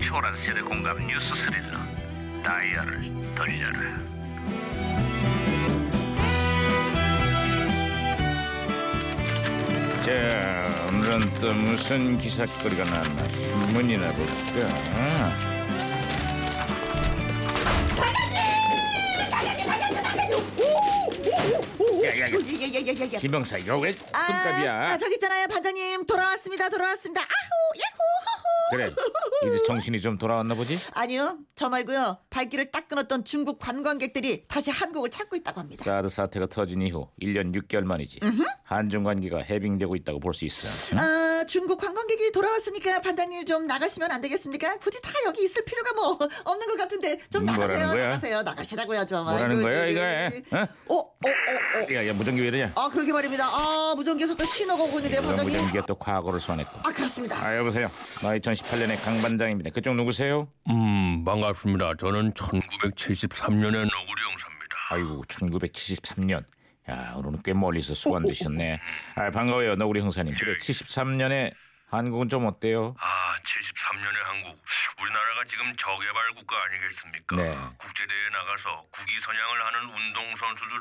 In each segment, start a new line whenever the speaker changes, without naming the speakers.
초란 세대 공감 뉴스 스릴러 다이아를 돌려라 자 오늘은 또 무슨 기사거리가 났나 신문이나 볼까 야, 야, 야.
예예예예예.
김영사 이거 왜 끈값이야
아, 저기 있잖아요, 반장님. 돌아왔습니다, 돌아왔습니다. 아후, 야호, 허호.
그래 이제 정신이 좀 돌아왔나 보지
아니요, 저 말고요. 발길을 딱 끊었던 중국 관광객들이 다시 한국을 찾고 있다고 합니다.
사드 사태가 터진 이후 1년 6개월 만이지 한중 관계가 해빙되고 있다고 볼 수 있어
아, 중국 관광객이 돌아왔으니까 반장님 좀 나가시면 안 되겠습니까? 굳이 다 여기 있을 필요가 뭐 없는 것 같은데 좀
뭐라는
나가세요,
거야?
나가세요, 나가시라고요 좀.
뭐라는
아이고,
거야,
예,
이거?
예, 예.
어?
어, 어, 어, 어.
야야 무전기 왜 이러냐
아, 그러게 말입니다. 아, 무전기에서 또 신호가 오고 있는데
이거
반장님.
무전기가 또 과거를 소환했고
아, 그렇습니다.
아 여보세요 나 2018년의 강반장입니다 그쪽 누구세요?
음 반갑습니다. 저는 1973년의 너구리 형사입니다.
아이고 1973년 야 오늘은 꽤 멀리서 수완되셨네 아 반가워요 너구리 형사님 그래 73년에 한국은 좀 어때요?
아 73년의 한국 우리나라가 지금 저개발 국가 아니겠습니까?
네.
국제대회에 나가서 국위 선양을 하는 운동 선수들을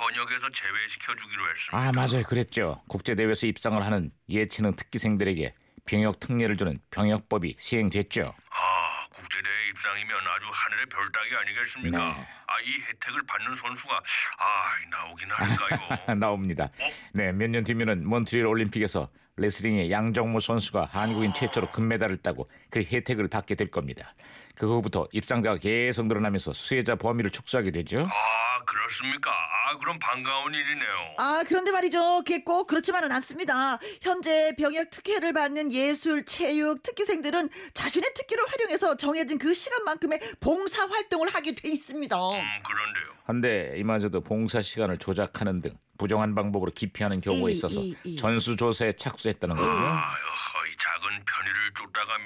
현역에서 제외시켜 주기로 했습니다.
아 맞아요 그랬죠 국제대회에서 입상을 하는 예체능 특기생들에게 병역 특례를 주는 병역법이 시행됐죠
아, 국제대회 입상이면 아주 하늘의 별따기 아니겠습니까?
네.
아 이 혜택을 받는 선수가 아 나오긴 할까요?
아, 나옵니다. 네, 몇 년 뒤면은 몬트리올 올림픽에서 레슬링의 양정모 선수가 한국인 최초로 금메달을 따고 그 혜택을 받게 될 겁니다. 그 후부터 입상자가 계속 늘어나면서 수혜자 범위를 축소하게 되죠.
아 그렇습니까? 아 그럼 반가운 일이네요.
아, 그런데 말이죠. 그게 꼭 그렇지만은 않습니다. 현재 병역 특혜를 받는 예술, 체육, 특기생들은 자신의 특기를 활용해서 정해진 그 시간만큼의 봉사 활동을 하게 돼 있습니다.
아,
음 그런데요.
한데 이마저도 봉사 시간을 조작하는 등 부정한 방법으로 기피하는 경우가
이,
있어서
이, 이.
전수조사에 착수했다는 거예요.
아유, 이 작은 편의를 쫓다가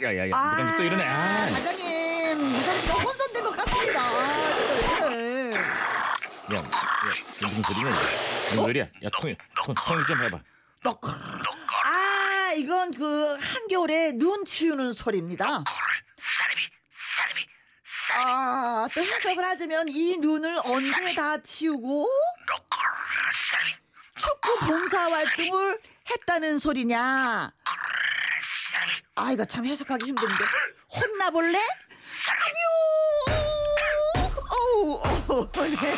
명예까지 잃게 되겠군.
야야야, 무전기 또 이러네. 아,
반장님, 무전기가 혼선된 것 같습니다. 아, 진짜 왜 이래.
야, 야, 무슨 소리냐? 이거? 무슨 소리야? 야, 통일, 통- 통일 좀 해봐.
넉. 아, 이건 그 한겨울에 눈 치우는 소리입니다.
사리비, 사리비.
아, 또 해석을 하자면 이 눈을 언제 다 치우고 축구 봉사 활동을 했다는 소리냐? 아, 이거 참 해석하기 힘든데. 혼나볼래? 아뮤! 어우, 어우, 네.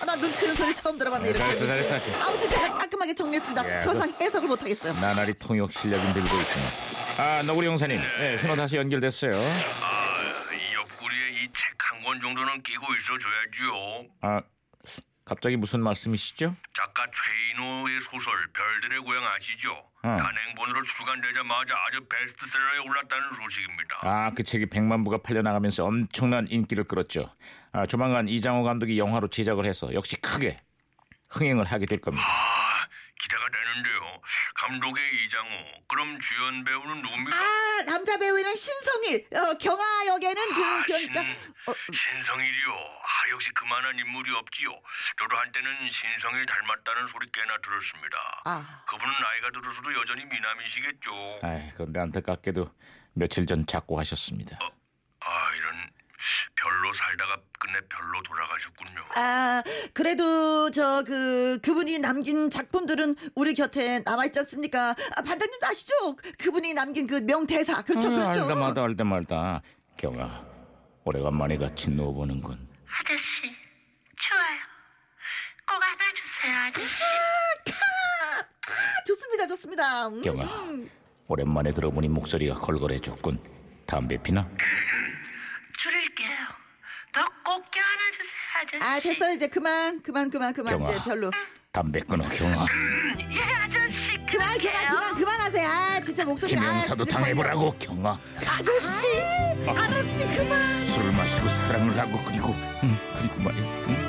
아, 나 눈치는 소리 처음 들어봤네. 이렇게.
잘했어, 잘했어, 잘했어. 예, 그-
아무튼 제가 깔끔하게 정리했습니다.
야,
더 이상 해석을 못하겠어요.
나날이 통역 실력이 늘고 있군요. 아, 너구리 형사님, 네, 신호 다시 연결됐어요.
아, 이 옆구리에 이 책 한 권 정도는 끼고 있어줘야지요.
아, 갑자기 무슨 말씀이시죠?
작가 최인호의 소설 별들의 고향 아시죠? 단행본으로 출간되자마자 아주 베스트셀러에 올랐다는 소식입니다.
아, 그 책이 100만 부가 팔려나가면서 엄청난 인기를 끌었죠. 아, 조만간 이장호 감독이 영화로 제작을 해서 역시 크게 흥행을 하게 될 겁니다.
아, 기대가 되는데요. 감독의 이장호, 그럼 주연 배우는 누굽니까?
아, 남자 배우에는 신성일, 어, 경아 역에는 그, 그러니까, 어,
신성일이요. 아 역시 그만한 인물이 없지요. 저도 한때는 신성일 닮았다는 소리 꽤나 들었습니다.
아.
그분은 나이가 들어서도 여전히 미남이시겠죠.
아, 그런데 안타깝게도 며칠 전 작고하셨습니다.
아 이런 별로 살다가 끝내 별로 돌아가셨군요.
아, 그래도 저, 그, 그분이 남긴 작품들은 우리 곁에 남아있지 않습니까? 아, 반장님도 아시죠? 그분이 남긴 그 명대사. 그렇죠, 그렇죠.
음, 알다 마다 알다 말다. 경아, 오래간만에 같이 누워보는군.
아저씨, 좋아요. 꼭 안아주세요, 아저씨.
아, 좋습니다, 좋습니다. 음.
경아, 오랜만에 들어보니 목소리가 걸걸해졌군. 담배 피나?
줄일게요. 너 꼭 껴안아주세요, 아저씨.
아, 됐어요. 이제 그만, 그만, 그만, 그만.
경아.
이제 별로.
담배 끊어, 경아.
예, 아저씨.
그만, 그만, 그만, 그만하세요. 아, 진짜 목소리. 아,
김영사도 어.
진짜
당해보라고 경아
아저씨! 아저씨, 그만!
술을 마시고 사랑을 하고 그리고 음, 그리고 말이야 음,